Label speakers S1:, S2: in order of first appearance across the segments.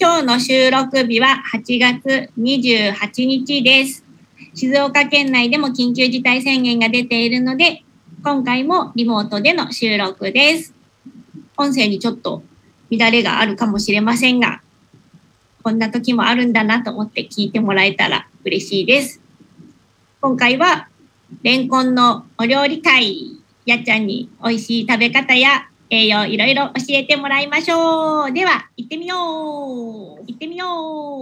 S1: 今日の収録日は8月28日です。静岡県内でも緊急事態宣言が出ているので、今回もリモートでの収録です。音声にちょっと乱れがあるかもしれませんが、こんな時もあるんだなと思って聞いてもらえたら嬉しいです。今回は、レンコンのお料理会、やっちゃんに美味しい食べ方や栄養いろいろ教えてもらいましょう。では、行ってみよう行ってみよ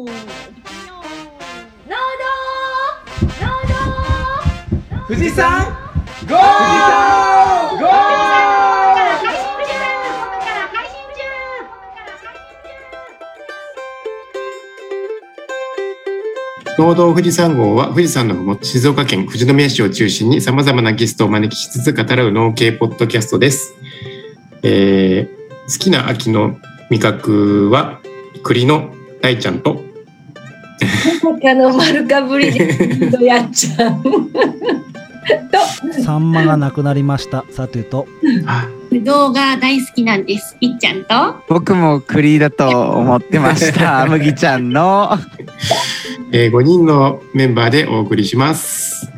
S1: う行ってみよう
S2: 労働労働
S3: 富士山ゴーゴー
S2: 配信中本部から配信中本部から配信中
S4: 農道富士山号は富士山のふもと静岡県富士宮市を中心にさまざまなゲストをお招きしつつ語らう農系ポッドキャストです、えー好きな秋の味覚は栗の大ちゃんと
S5: まさかの丸かぶりでとやっちゃう。
S6: サンマがなくなりました。さてと、
S4: あ
S1: ぶどうが大好きなんです。いっちゃんと。
S7: 僕も栗だと思って ました。麦ちゃんの。
S4: えー5人のメンバーでお送りします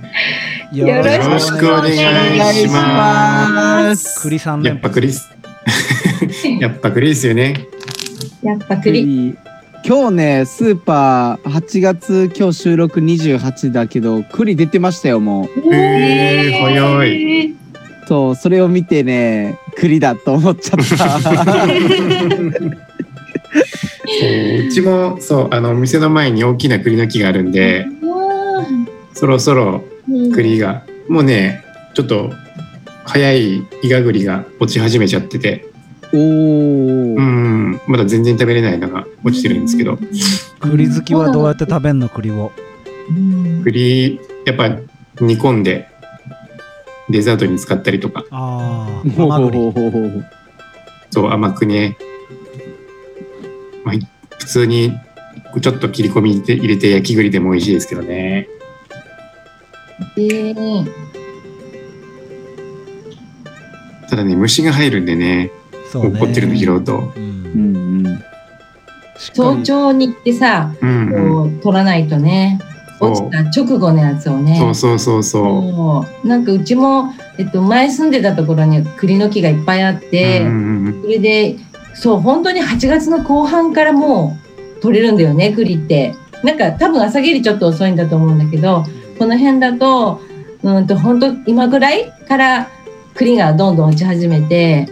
S5: よろ
S4: よろしくお願いしま
S6: ます栗さん
S4: やっ
S6: 連
S4: ぱ
S6: 覇。
S4: 栗っすやっぱ栗ですよね
S5: やっぱ栗。
S7: 栗。今日ね、スーパー8月今日収録28だけど、栗出てましたよ、もう。
S4: えー、早い
S1: い。
S7: そう、それを見てね、栗だと思っちゃ った。
S4: そううちもそうあの店の前に大きな栗の木があるんでそろそろ栗が、もうねちょっと早いイガグリが落ち始めちゃってて
S7: おー。
S4: うんまだ全然食べれないのが落ちてるんですけど
S6: 栗好きはどうやって食べんの栗を。
S4: 栗やっぱ煮込んでデザートに使ったりとか
S6: ああ、
S7: ほ
S6: 甘
S7: ほ
S6: 栗。
S7: ほほほ
S4: そう甘くね、まあ、い普通にちょっと切り込みで入れて焼き栗でも美味しいですけどねただね虫が入るんでね
S6: そうね。
S4: 怒ってるの拾う
S6: う。
S4: と。
S7: うんんうん。
S6: しっか
S5: 早
S6: り
S5: 朝に行ってさ、
S4: うんうん
S5: こう取らないとね。
S4: そう
S5: 落ちた直後のやつをね。
S4: そうそうそうそ
S5: そうなんかうちも、えっと、前住んでたところに栗の木がいっぱいあっ
S4: う。
S5: て、
S4: うんうんうん
S5: それでそう本当に8月の後半からもう取れるんだよね栗ってなんか多分朝霧ちょっと遅いんだと思うんだけどこの辺だとうんと本当今ぐらいから栗がどんどん落ち始めて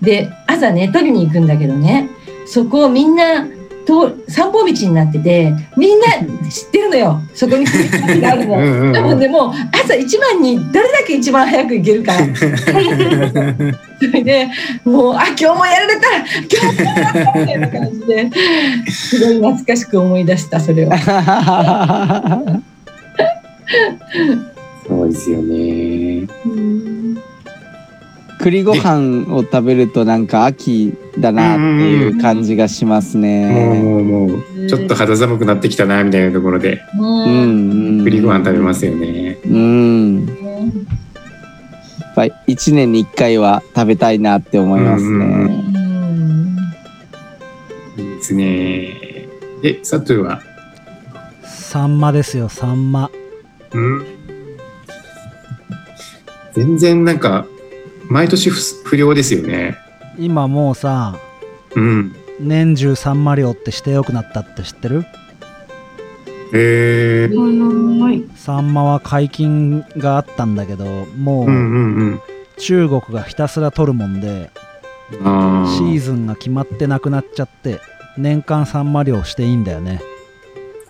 S5: で朝ね取りに行くんだけどねそこをみんなと散歩道になっててみんな知ってるのよそこに栗がある
S4: う
S5: の。
S4: んうん
S5: 多
S4: う
S5: 分
S4: ん
S5: でも朝一番にどれだけ一番早く行け るかそれでもうあ今日もやられた今日もやられたみたいな感じですごい懐かしく思い出したそれは。
S4: そうですよね。
S7: 栗ご飯を食べるとなんか秋だなっていう感じがします
S4: もう
S7: ね。
S4: もうもう、ちょっと肌寒くなってきたな、みたいなところで、
S7: うんうん
S4: 栗ご飯食べますよね。
S7: うん。やっぱり一年に一回は食べたいなって思います
S4: うん
S7: ね。
S5: うん
S4: いいですね。え、サトゥは、
S6: サンマですよ、サンマ。
S4: うん全然なんか、毎年不不良ですよね。
S6: 今もうさ、
S4: うん。
S6: 年中サンマ漁ってしてよくなったって知ってる
S4: へえ。
S6: サンマは解禁があったんだけど、も
S4: うんう
S6: うん中国がひたすら取るもんで、
S4: うん。あ
S6: シー
S4: ー
S6: ズンが決まってなくなっちゃって、年間サンマ漁していいんだよね。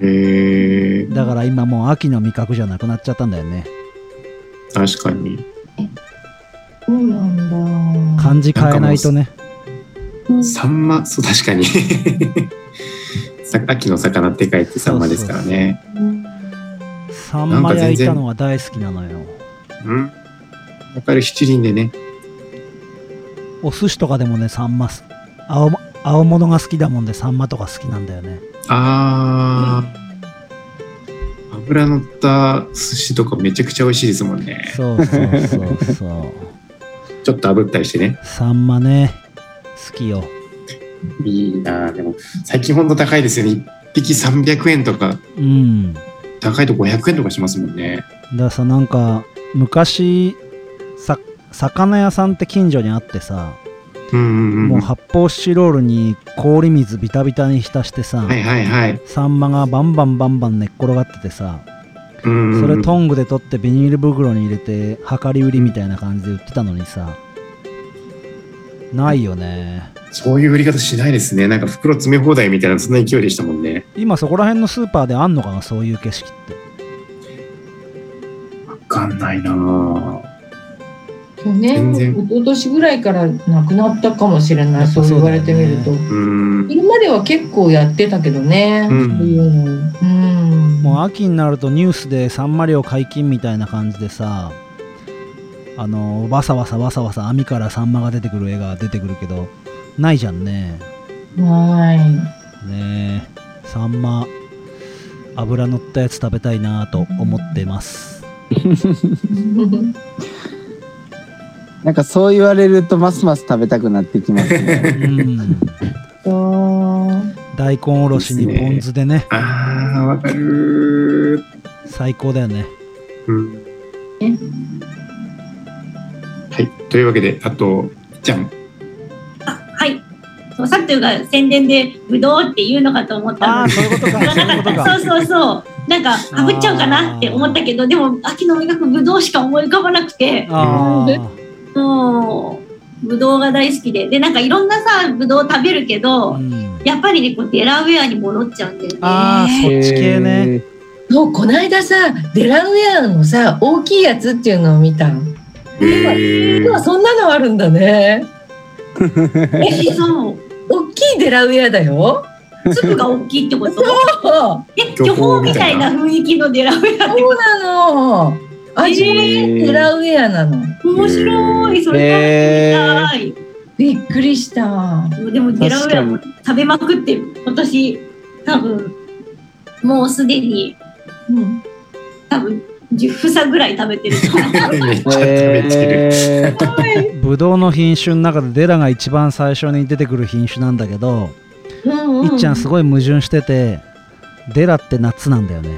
S4: へえ。
S6: だから今もう秋の味覚じゃなくなっちゃったんだよね。
S4: 確かに。
S5: そうなんだ。
S6: 漢字変えないとね。
S4: サンマ、そう、確かに。 さ秋の魚って書いてサンマですからね。
S6: サンマ焼いたのが大好きなのよ。
S4: うん。わかる七輪でね。
S6: お寿司とかでもね、サンマす、青ま、青物が好きだもんで、サンマとか好きなんだよね。
S4: ああ、油乗った寿司とかめちゃくちゃ美味しいですもんね。
S6: そうそうそうそう。
S4: ちょっと炙ったりしてね。
S6: サンマね、好きよ。
S4: いいなあでも最近ほんと高いですよね1匹300円とか
S6: うん。だ
S4: 高いと500円とかしますもんね
S6: からさ、なんか、昔、さ、魚屋さんって近所にあってさ、
S4: うんうんう
S6: もうん発泡スチロールに氷水ビタビタに浸してさ、
S4: はいはいはい
S6: サンマがバンバンバンバン寝っ転がっててさ、
S4: うんうんうん
S6: それトングで取ってビニール袋に入れて量り売りみたいな感じで売ってたのにさないよね
S4: そういう売り方しないですねなんか袋詰め放題みたいなそんな勢いでしたもんね
S6: 今そこら辺のスーパーであんのかなそういう景色って
S4: わかんないなあ
S5: 去
S4: 全
S5: 年、
S4: 然
S5: 一昨年ぐらいからなくなったかもしれ
S6: や
S5: ない、
S6: っぱそ
S5: そうう
S6: だよ
S5: 言
S6: ね
S5: われてみると。
S4: うん
S5: 今までは結構やってたけどね、
S4: う
S5: そうんいうの。うん。
S6: もう秋になるとニュースでサンマ漁解禁みたいな感じでさあのわさわさわさわさ網からサンマが出てくる絵が出てくるけどないじゃんね
S5: はい。
S6: ねえサンマ油乗ったやつ食べたいなと思ってます
S7: なんかそう言われるとますます食べたくなってきます
S6: う
S7: ね。
S6: ん
S5: そう。
S6: 大根おろしにポン酢でね
S4: あーわかる
S6: 最高だよね
S4: うん
S5: え
S4: はいというわけであとじゃん
S1: はい。そうさっきが宣伝でぶどうって言うのかと思った
S6: あ
S1: の
S6: あ
S1: で、
S6: そういうことか
S1: 言わなかった。そう
S6: そういうことか
S1: そうそう。なんかかぶっちゃうかなって思ったけど、でも秋の味覚ぶどうしか思い浮かばなくて、
S6: あー
S1: もうぶどうが大好きで、でなんかいろんなさぶどう食べるけど
S6: う、ん
S1: やっぱりねこうデラウェアに戻っちゃうんだよね。
S6: あーそっち系ね
S7: へー。
S5: そう、こないださ、デラウェアのさ、大きいやつっていうのを見た。
S4: へ
S5: 今そんなのあるんだね。
S1: えそう。
S5: 大きいデラウェア だよ。
S1: 粒が大きいってこと。
S5: そ
S1: え巨峰みたいな雰囲気のデラウェアって
S5: うなの。味もデラウェアなの。
S1: 面白い。それ食べてみたい。
S5: びっくりした。
S1: でもデラウェアも食べまくってる今年多分もうすでに
S5: うん。
S1: 多分10房ぐらい食べてると思う
S4: めっちゃ食べてる、
S7: へー
S6: ぶどうの品種の中でデラが一番最初に出てくる品種なんだけど、
S5: うん
S6: いっちゃんすごい矛盾しててデラって夏なんだよね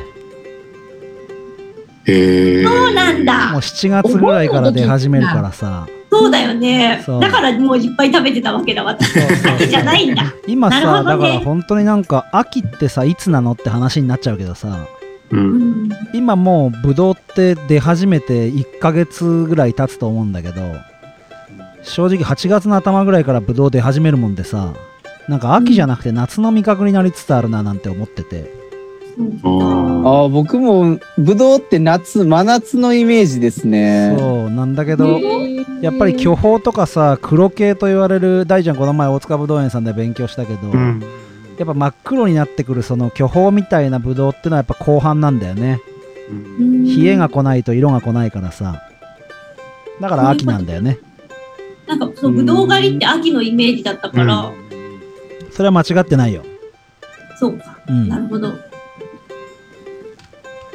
S4: へー
S1: そうなんだ
S6: もう7月ぐらいから出始めるからさ
S1: そうだよね
S6: そう
S1: だからもういっぱい食べてたわけだ私
S6: そうそうそう
S1: 秋じゃないんだ
S6: 今
S1: なる
S6: さ、
S1: ほどね
S6: だから本当になんか秋ってさいつなのって話になっちゃうけどさ
S4: う
S1: うんん
S6: 今もうブドウって出始めて1ヶ月ぐらい経つと思うんだけど正直8月の頭ぐらいからブドウ出始めるもんでさなんか秋じゃなくて夏の味覚になりつつあるななんて思ってて
S4: あー
S7: あー僕もブドウって夏真夏のイメージですね。
S6: そうなんだけどやっぱり巨峰とかさ黒系と言われる大ちゃんこの前大塚ぶどう園さんで勉強したけど、
S4: うん
S6: やっぱ真っ黒になってくるその巨峰みたいなブドウってのはやっぱ後半なんだよね
S4: うん
S6: 冷えが来ないと色が来ないからさだから秋なんだよね
S1: なんかそうぶどう狩りって秋のイメージだったから、
S6: それは間違ってないよ
S1: そうか
S6: うん
S1: なるほど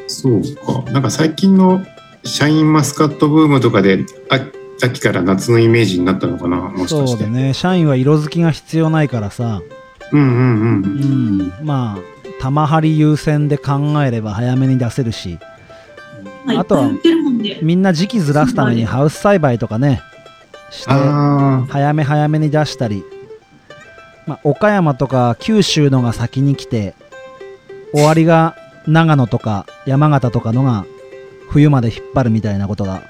S4: そうか。なんか最近のシャインマスカットブームとかで、あ秋から夏のイメージになったのかな、もしか
S6: そ
S4: し
S6: う
S4: て。
S6: だね社員は色づきが必要ないからさ、
S4: うんうんう。
S6: うんん、まあ玉張り優先で考えれば早めに出せるし
S1: あい
S6: あ
S1: っ
S6: とは
S1: ぱい売ってるもんね
S6: みんな時期ずらすためにハウス栽培とかねして
S4: あ
S6: 早め早めに出したり、まあ、岡山とか九州のが先に来て終わりが長野とか山形とかのが冬まで引っ張るみたいなことが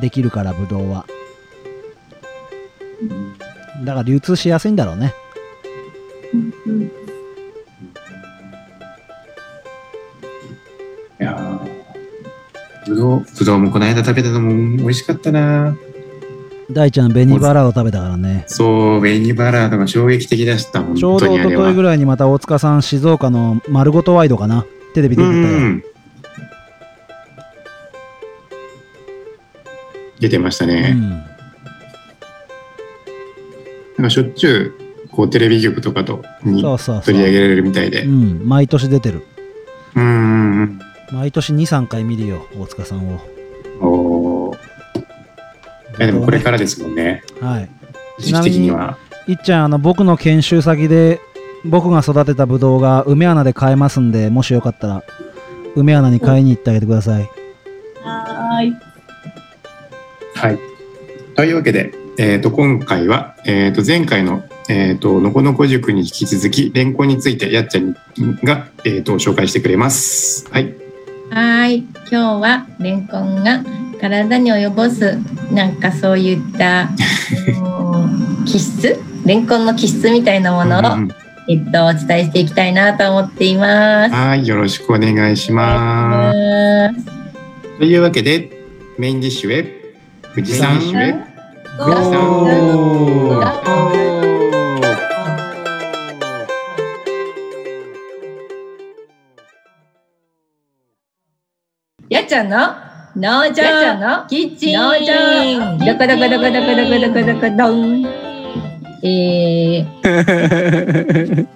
S6: できるからブドウはだから流通しやすいんだろうね
S1: うんうん
S4: あ。いやーぶどう、ぶどうもこの間食べたのも美味しかったな。
S6: 大ちゃん紅バラを食べたからね
S4: そう、ベニバラードが衝撃的でした。本
S6: ちょう
S4: 当
S6: ど
S4: にあ
S6: 一
S4: れ
S6: 昨
S4: は。
S6: 日ぐらいにまた大塚さん静岡の丸ごとワイドかなテレビで
S4: うん
S6: 見た
S4: う
S6: よ
S4: ん。出てました
S6: う
S4: ね。
S6: ん
S4: なんかしょっちゅう、こうテレビ局とかと、に
S6: そうそうそう
S4: 取り上げられるみたいで。
S6: うん毎年出てる
S4: うんうんうん。
S6: 毎年23回見るよ大塚さんを
S4: おーいやでもこれからですもんね、
S6: はい
S4: 時期的には。
S6: いっちゃん、あの、僕の研修先で、僕が育てたブドウが梅穴で買えますんで、もしよかったら、梅穴に買いに行ってあげてください。
S1: はーい。
S4: はい。というわけで、えー、と今回は、えー、と前回の、えー、とのこのこ塾に引き続きレンコンについてやっちゃんが、えー、と紹介してくれます。はい。
S5: はい今日はレンコンが体に及ぼすなんかそういっ たうん気質レンコンの気質みたいなものを、
S4: うん
S5: えっと、お伝えしていきたいなと思っています。
S4: はい。よろしくお願いしま
S5: は
S4: す。というわけでメインディッシュへ富士山
S7: メインディ
S4: へ
S5: ッシュ
S4: ゴー
S5: やっちゃんの農場のキッチン農場どこどこどこどこどこどこどこどんえー、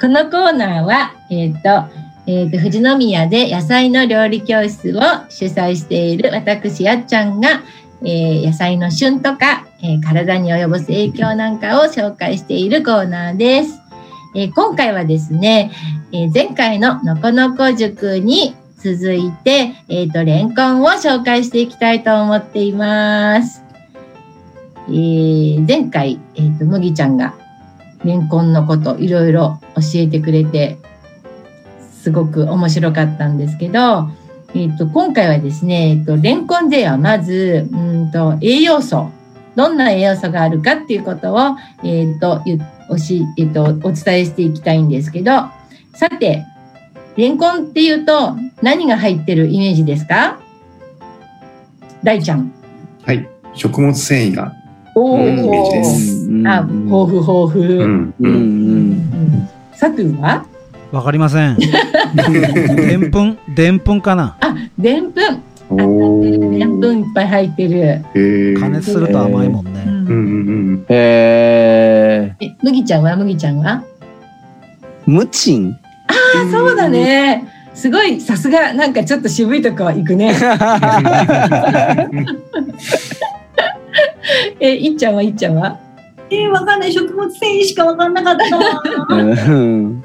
S5: このコーナーは、えっ、と、えっ、と、富士宮で野菜の料理教室を主催している私、やっちゃんが、えー野菜の旬とか、えー体に及ぼす影響なんかを紹介しているコーナーです。えー今回はですね、えー前回ののこのこ塾に続いて、えっ、と、レンコンを紹介していきたいと思っています。えー前回、えっ、と、麦ちゃんがレンコンのこといろいろ教えてくれてすごく面白かったんですけど、えっと今回はですね、えっとレンコンではまずうんと栄養素どんな栄養素があるかっていうことを、えっとゆおしえっとお伝えしていきたいんですけどさてレンコンっていうと何が入ってるイメージですか大ちゃん。
S4: はい。食物繊維が、
S5: お
S4: うんイメージです
S5: あ豊富豊富。
S4: うん
S7: ううんん
S4: うん、
S5: うんさくは
S6: わかりませ ん。でんぷんでんぷんかな
S5: あ、でんぷん。
S4: お
S5: でんぷ
S4: ー
S5: んいっぱい入ってる。
S4: へー
S6: 加熱すると甘いもんね。
S4: うんうん うん。
S7: え
S5: え、麦ちゃんは麦ちゃんは。
S7: ー、ムチン
S5: あ、そうだね。すごい、さすが、なんかちょっと渋いとこ行く ね。え、いっちゃんはいっちゃんは。
S2: えー、わかんない。食物繊維しかわかんなかった。
S7: うん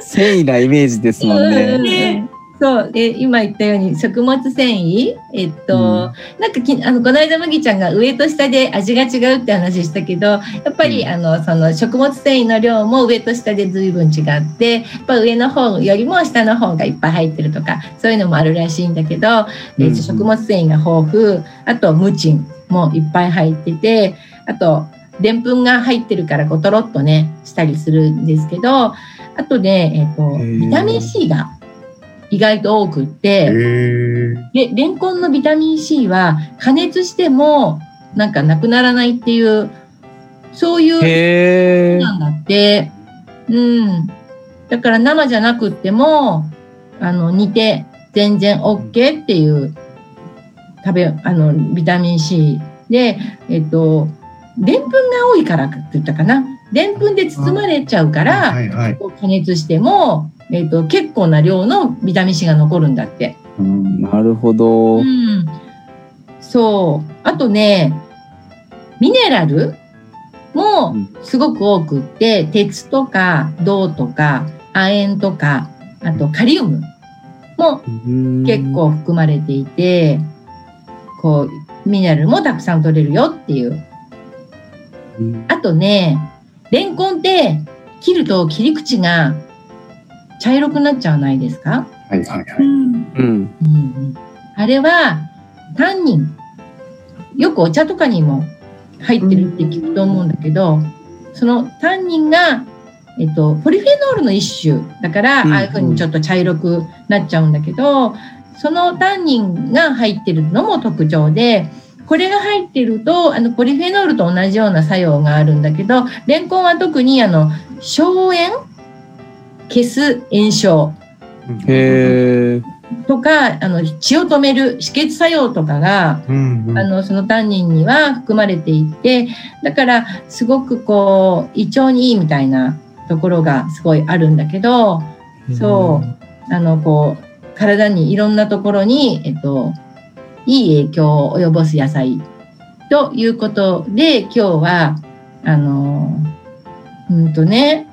S7: 繊維なイメージですもんね。
S5: ねそう、え、今言ったように、食物繊維、えっと、なんかき、あの、この間麦ちゃんが上と下で味が違うって話したけど。やっぱり、
S4: う
S5: あの、その食物繊維の量も上と下で随分違って。やっぱ上の方よりも下の方がいっぱい入ってるとか、そういうのもあるらしいんだけど。えー
S4: うん
S5: 食物繊維が豊富、あとムチンもいっぱい入ってて、あとでんぷんが入ってるからこうとろっとねしたりするんですけど、あとねえっ、と
S7: ー
S5: ビタミン C が意外と多くっ
S4: へ
S5: て、
S4: ー
S5: でレンコンのビタミン C は加熱してもなんかなくならないっていうそういう
S7: へえ。
S5: なんだって。うん。だから生じゃなくっても、あの、煮て全然 OK っていう、食べ、あの、ビタミン C で、えっと、でんぷんが多いからって言ったかな。でんぷんで包まれちゃうから、
S4: はいはい。
S5: こう加熱しても、えっと、結構な量のビタミン C が残るんだって。
S4: うん
S7: なるほど
S5: う。ん。そう。あとね、ミネラルも
S7: うん
S5: すごく多くって、鉄とか銅とか亜鉛とか、あとカリウムも結
S7: 結。
S5: 構含まれていて、こう、ミネラルもたくさん取れるよっていう。あとね、レンコンって切ると切り口が茶色くなっちゃわないですか
S4: はいはいは
S2: う
S4: い。
S2: ん。
S7: うん。
S5: うんうんあれはタンニンよくお茶とかにも入ってるって聞くと思うんだけどそのタンニンが、えっと、ポリフェノールの一種だから
S7: うん
S5: ああいうふうにちょっと茶色くなっちゃうんだけどそのタンニンが入ってるのも特徴でこれが入ってるとあのポリフェノールと同じような作用があるんだけどレンコンは特にあの消炎消す炎症
S7: へえ。
S5: とかあの血を止める止血作用とかが
S4: うんうん
S5: あのそのタンニンには含まれていてだからすごくこう胃腸にいいみたいなところがすごいあるんだけどそうあのこう体にいろんなところに、えっと、いい影響を及ぼす野菜ということで今日はあのうんとね、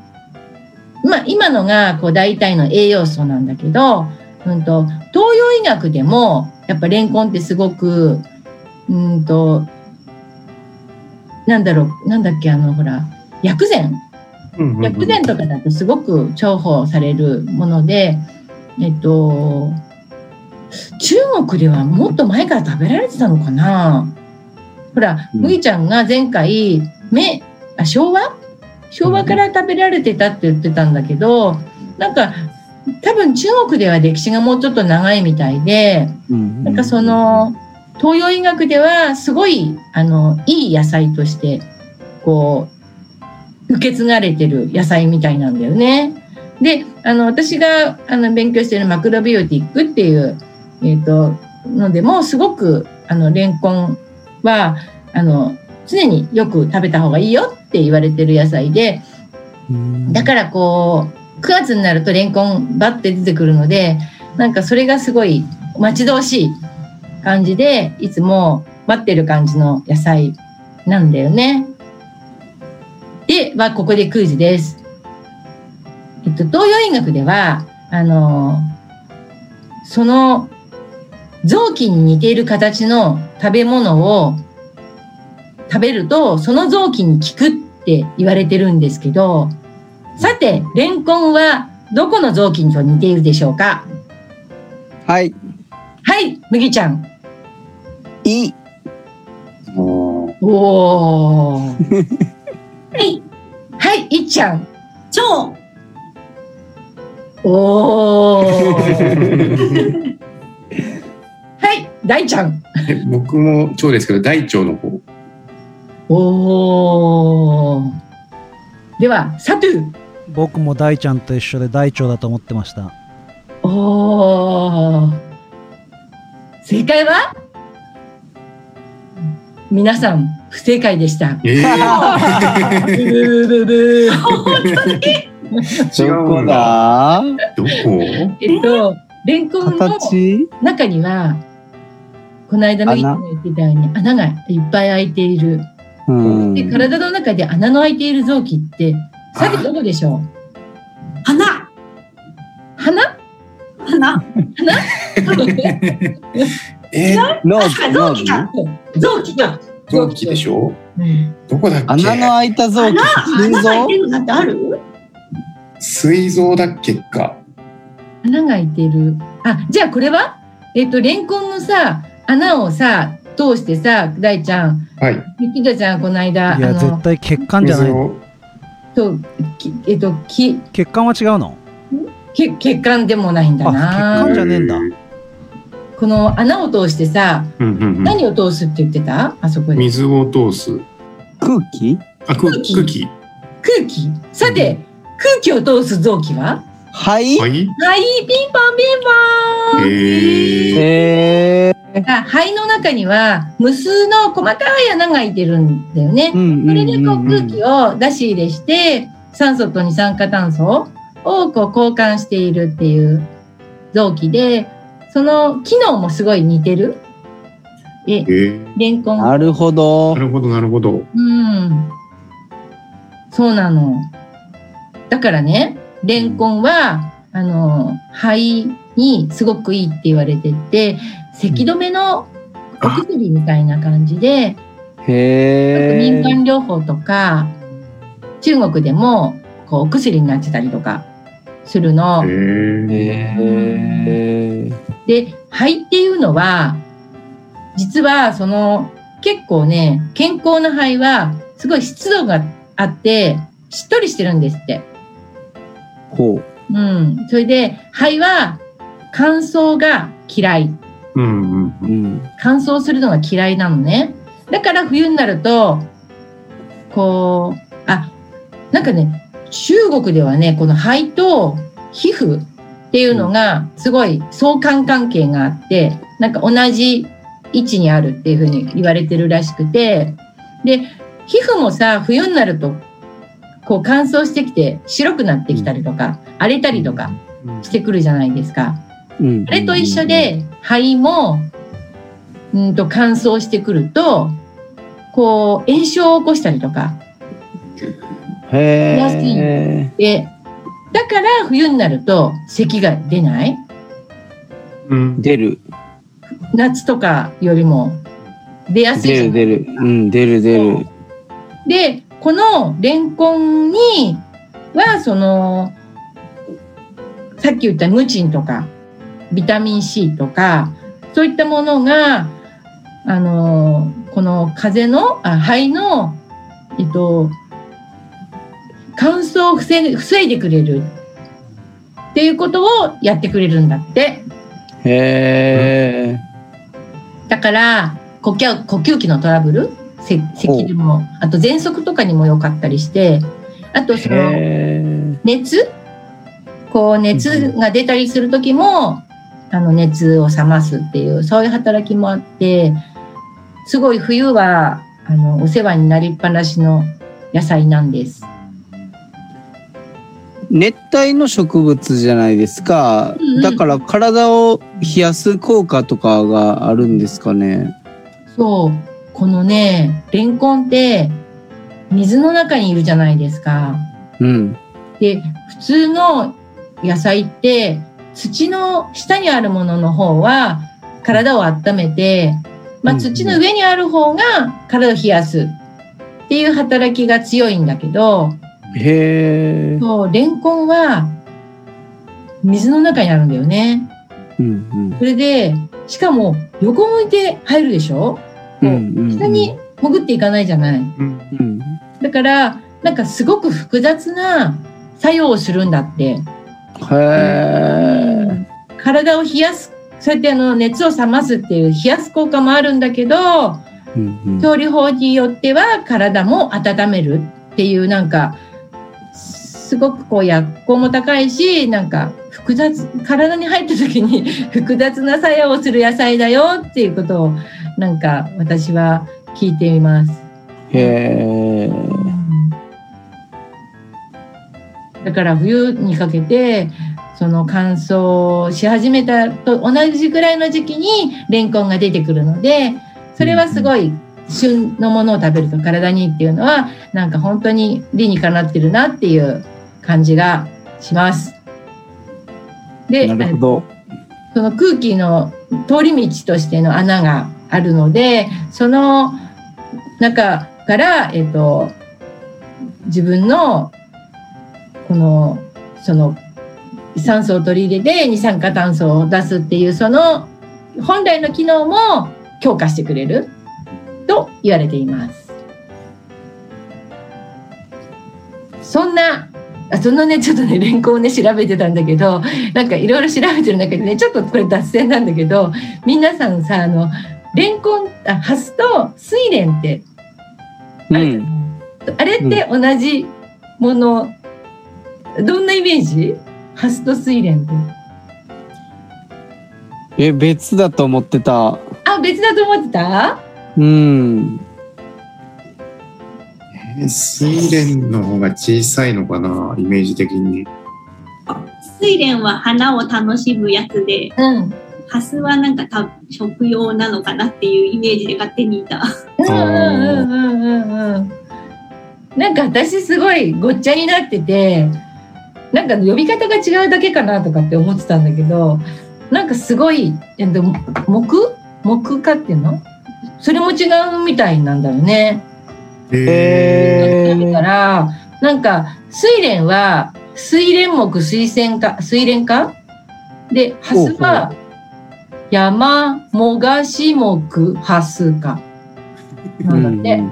S5: まあ、今のがこう大体の栄養素なんだけど、うん、と東洋医学でもやっぱレンコンってすごく、うん、となんだろうなんだっけあのほら薬膳
S4: うんうんうん
S5: 薬膳とかだとすごく重宝されるもので、えっと、中国ではもっと前から食べられてたのかなほら、
S7: うん
S5: 麦ちゃんが前回、めあ昭和昭和から食べられてたって言ってたんだけど、なんか、多分中国では歴史がもうちょっと長いみたいで、
S7: な
S5: なんかその、東洋医学ではすごいあのいい野菜としてこう受け継がれてる野菜みたいなんだよね。であの私があの勉強してるマクロビオティックっていう、えー、とのでもすごくあのレンコンはあの常によく食べた方がいいよって言われてる野菜でだからこう9月になるとレンコンバッて出てくるのでなんかそれがすごい待ち遠しい感じでいつも待ってる感じの野菜なんだよね。ではここでクイズです。えっと、東洋医学ではあのその臓器に似ている形の食べ物を食べるとその臓器に効くって言われてるんですけどさてレンコンはどこの臓器にと似ているでしょうか
S7: はい。
S5: はい麦ちゃん
S7: い。
S4: おー
S5: おお。は
S1: はい、
S5: い、いっちゃん。
S1: 超
S5: おお。 はい、大ちゃん。
S4: え僕も腸ですけど大腸の方
S5: おお。では、佐藤。
S6: 僕も大ちゃんと一緒で大腸だと思ってました
S5: おお。正解は。皆さん、不正解でした。
S4: えー、
S5: ブーブーブー
S4: 違
S7: ど
S4: う
S7: こ
S4: んだ
S7: だ
S4: どこ
S5: えっと、レンコンの。
S7: 形
S5: 中にはこの間麦ちゃんが言ってたように穴がいっぱい開いている、
S7: うん。
S5: で体の中で穴の開いている臓器ってさてどこでしょう
S1: 花
S5: 鼻
S1: 花
S4: え
S7: の
S1: 確かに臓器か
S5: 臓器が、
S4: 臓器でしょ
S5: うん、
S4: どこだっけ
S7: 穴の開いた臓器。
S1: 花
S7: 心
S1: がい
S7: 臓
S1: てるのなんてある
S4: 膵臓だっけか
S5: 穴が開いているあじゃあこれはえっ、とレンコンのさ穴をさ通してさ大ちゃん
S4: はい
S5: ゆきたちゃんこの間
S6: い
S5: あ
S6: や
S5: の
S6: 絶対血管じゃな
S4: 水
S6: い
S4: を
S5: ときえっ、とき
S6: 血管は違うの
S5: け血管でもないんだ
S6: あ血
S5: な
S6: 管じゃねえんだ
S4: うん
S5: この穴を通してさ
S4: うんうん
S5: 何を通すって言ってたあそこで
S4: 水を通す
S7: 空気
S4: あ空気空気
S5: 空気さて、空気を通す臓器は
S7: 肺
S4: はい
S5: 肺ピンポンピンポン、
S4: えー、
S7: え
S5: あ肺の中には無数の細かい穴が開いてるんだよね
S7: ー。う。ん
S5: それでこう空
S7: を。
S5: 気を出し入れして酸素と二酸化炭素をこう交換しているっていう臓器でその機能もすごい似てる。え
S4: えー、
S5: レンコン
S7: なるほど
S4: な。るほどなるほど
S5: うん。そうなの。だからね、レンコンは、あの、肺にすごくいいって言われてて、咳止めのお薬みたいな感じで、よく
S7: へ
S5: 民
S7: え。
S5: 間療法とか、中国でもこうお薬になってたりとかするの。
S4: えー、
S7: へー
S5: で肺っていうのは実はその結構ね健康な肺はすごい湿度があってしっとりしてるんですって。
S7: ほう。
S5: うん、それで肺は乾燥が嫌い
S4: うんうんうん
S7: うん。
S5: 乾燥するのが嫌いなのねだから冬になるとこうあなんかね中国ではねこの肺と皮膚っていうのがすごい相関関係があってなんか同じ位置にあるっていうふうに言われてるらしくてで皮膚もさ冬になるとこう乾燥してきて白くなってきたりとか荒れたりとかしてくるじゃないですか。
S7: うん
S5: あれと一緒。で肺もうんと乾燥してくるとこう炎症を起こしたりとか
S7: へへ
S5: 安い
S7: え。
S5: で、だから冬になると咳が出ない
S4: うん。
S7: 出る。
S5: 夏とかよりも出やすいじ
S7: 出
S5: ゃない
S7: る出る。うん、出る出る。
S5: で、このレンコンには、その、さっき言ったムチンとか、ビタミン C とか、そういったものが、あの、この風邪の、あ肺の、えっと、乾燥を防い防いでくれるっていうことをやってくれるんだって。
S7: へえ。
S5: だから呼吸呼吸器のトラブルせ咳でもあと喘息とかにも良かったりしてあとその
S7: へえ。
S5: 熱こう熱が出たりする時もあの熱を冷ますっていうそういう働きもあってすごい冬はあのお世話になりっぱなしの野菜なんです。
S7: 熱帯の植物じゃないですか
S5: うんう。ん
S7: だから体を冷やす効果とかがあるんですかね。
S5: そうこのねレンコンって水の中にいるじゃないですか。
S7: うん。
S5: で普通の野菜って土の下にあるものの方は体を温めて、まあ、
S7: うんうん
S5: 土の上にある方が体を冷やすっていう働きが強いんだけど
S7: へえ。
S5: そうレンコンは水の中にあるんだよね。
S7: うん
S5: それでしかも横向いて入るでしょ
S7: うん。うんうん。
S5: 下に。潜っていかないじゃない。
S4: うん。
S7: うん。
S5: だからなんかすごく複雑な作用をするんだって。
S7: へえ。
S5: 体を冷やすそうやってあの熱を冷ますっていう冷やす効果もあるんだけど
S7: うんうん
S5: 調理法によっては体も温めるっていうなんかすごくこう薬効も高いしなんか複雑体に入った時に 複雑な作用をする野菜だよっていうことをなんか私は聞いています。
S7: へえ。
S5: だから冬にかけてその乾燥し始めたと同じぐらいの時期にレンコンが出てくるのでそれはすごい旬のものを食べると体にいいっていうのはなんか本当に理にかなってるなっていう感じがします。で
S7: なるほど。
S5: その空気の通り道としての穴があるのでその中から、えっと自分のこのその酸素を取り入れて二酸化炭素を出すっていうその本来の機能も強化してくれると言われています。そんなあそんなねちょっとねレンコンをね調べてたんだけどなんかいろいろ調べてる中でねちょっとこれ脱線なんだけど皆さんさあのレンコンあハスと睡蓮って
S7: うん。
S5: あれって同じもの、どんなイメージハスと睡蓮って。
S7: え、別だと思ってた。
S5: あ別だと思ってた
S7: うん。
S4: え睡蓮の方が小さいのかな、イメージ的に。
S1: 睡蓮は花を楽しむやつで、
S5: うん。うん
S1: ハスはなんか多分食用なのかなっていうイメージで勝手にいた。
S5: うんうんうんうん。なんか私すごいごっちゃになってて、なんか呼び方が違うだけかなとかって思ってたんだけど、なんかすごい、えっと、木木化っていうのそれも違うみたいなんだよね。
S7: へ
S4: え
S5: だか
S7: え。
S5: ら、なんか、睡蓮は、睡蓮木、水仙花、水蓮花で、ハスは、山、もがし木、ハス花。なんだって。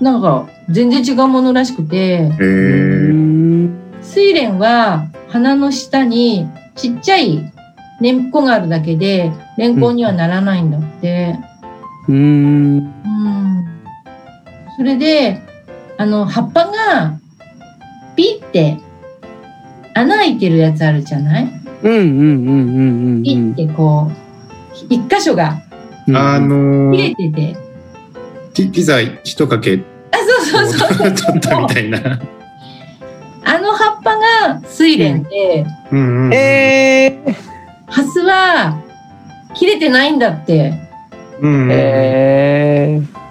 S5: なんか、全然違うものらしくて、
S4: ー。えー。
S5: 睡蓮は、花の下に、ちっちゃい根っこがあるだけで、レンコンにはならないんだって。
S7: うん。
S5: うんそれであの葉っぱがピッて穴開いてるやつあるじゃない
S7: うんうんうんうんうん。
S5: ピッてこう一箇所が
S4: あのー、
S5: 切れてて、
S4: ピピザ一かけ
S5: あそうそうそう
S4: 取ったみたいな。
S5: あの葉っぱが睡蓮で、
S4: うんうん。
S7: えー
S5: ハスは切れてないんだって
S4: うんうん。
S7: えー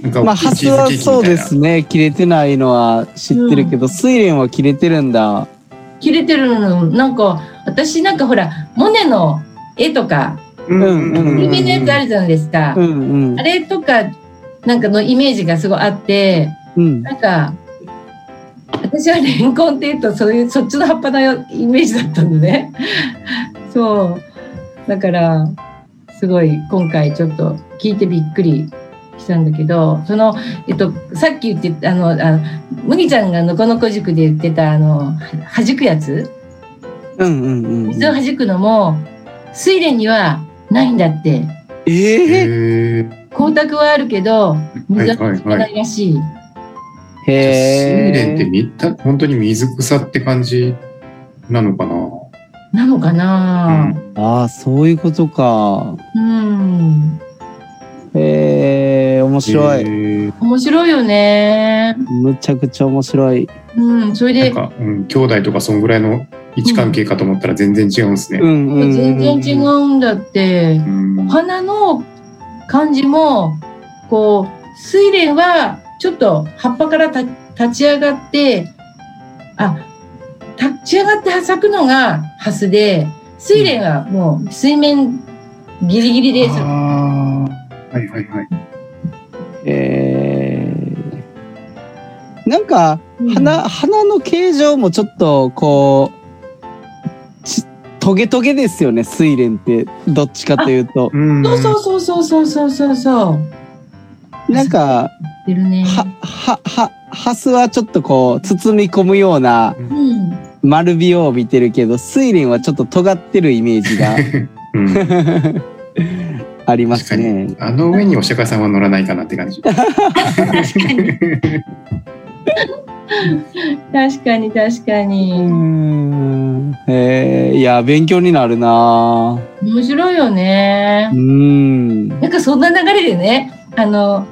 S4: なんか
S7: まあ、
S4: 大き
S7: ハ
S4: い
S7: ス
S4: チーズ
S7: は
S4: ケーキみたいな。
S7: そうですね。切れてないのは知ってるけど、睡蓮は切れてるんだ。
S5: 切れてるのなんか私なんかほらモネの絵とか
S4: うんうんうん
S5: 有名なやつあるじゃないですか、
S7: うんうん
S5: あ。れとかなんかのイメージがすごいあって
S7: うん。
S5: なんか私はレンコンっていうとそういうそっちの葉っぱのよイメージだったのね そうだからすごい今回ちょっと聞いてびっくりしたんだけどその、えっと、さっき言ってあのあ麦ちゃんがのこのこ塾で言ってたあのはじくやつ
S7: うんうんうん
S5: 水を弾くのも睡蓮にはないんだって
S7: ええ
S4: へー
S5: 光沢はあるけど水は弾かないらしい,、
S7: へ
S4: じゃあ
S7: え。
S4: 睡蓮ってみた本当に水草って感じなのかな。
S5: なのかな
S7: ああ、そういうことか。
S5: うん、
S7: へえ、面白い。
S4: い。
S5: 面白いよね
S7: むちゃくちゃ面白い。
S5: うんそれ
S4: なん
S5: で
S4: か、うん、兄弟とかそんぐらいの位置関係かと思ったら全然違うんです
S7: う
S4: ね。
S7: んうんうん。
S5: 全然違うんだって
S4: うん。
S5: 花の感じもこう睡蓮はちょっと葉っぱからた立ち上がってあ立ち上がって咲くのがハスで睡蓮はもう水面ギリギリで咲く
S4: あーはいはいはい。
S7: えーなんか花,、花の形状もちょっとこうちトゲトゲですよね睡蓮ってどっちかというと
S4: うん
S5: そうそうそうそうそうそうそう
S7: なんか
S5: 出るね。
S7: はははハスはちょっとこう包み込むような
S5: うん。
S7: 丸みを帯びてるけど睡蓮はちょっと尖ってるイメージ が
S4: うん
S7: ありますね。
S4: あの上にお釈迦さんは乗らないかなって感 じ。
S1: 確かに。
S5: 確かに確か
S7: う
S5: に。
S7: んえー、いや勉強になるな
S5: 面白いよね
S7: う。ん
S5: なんかそんな流れでね、あの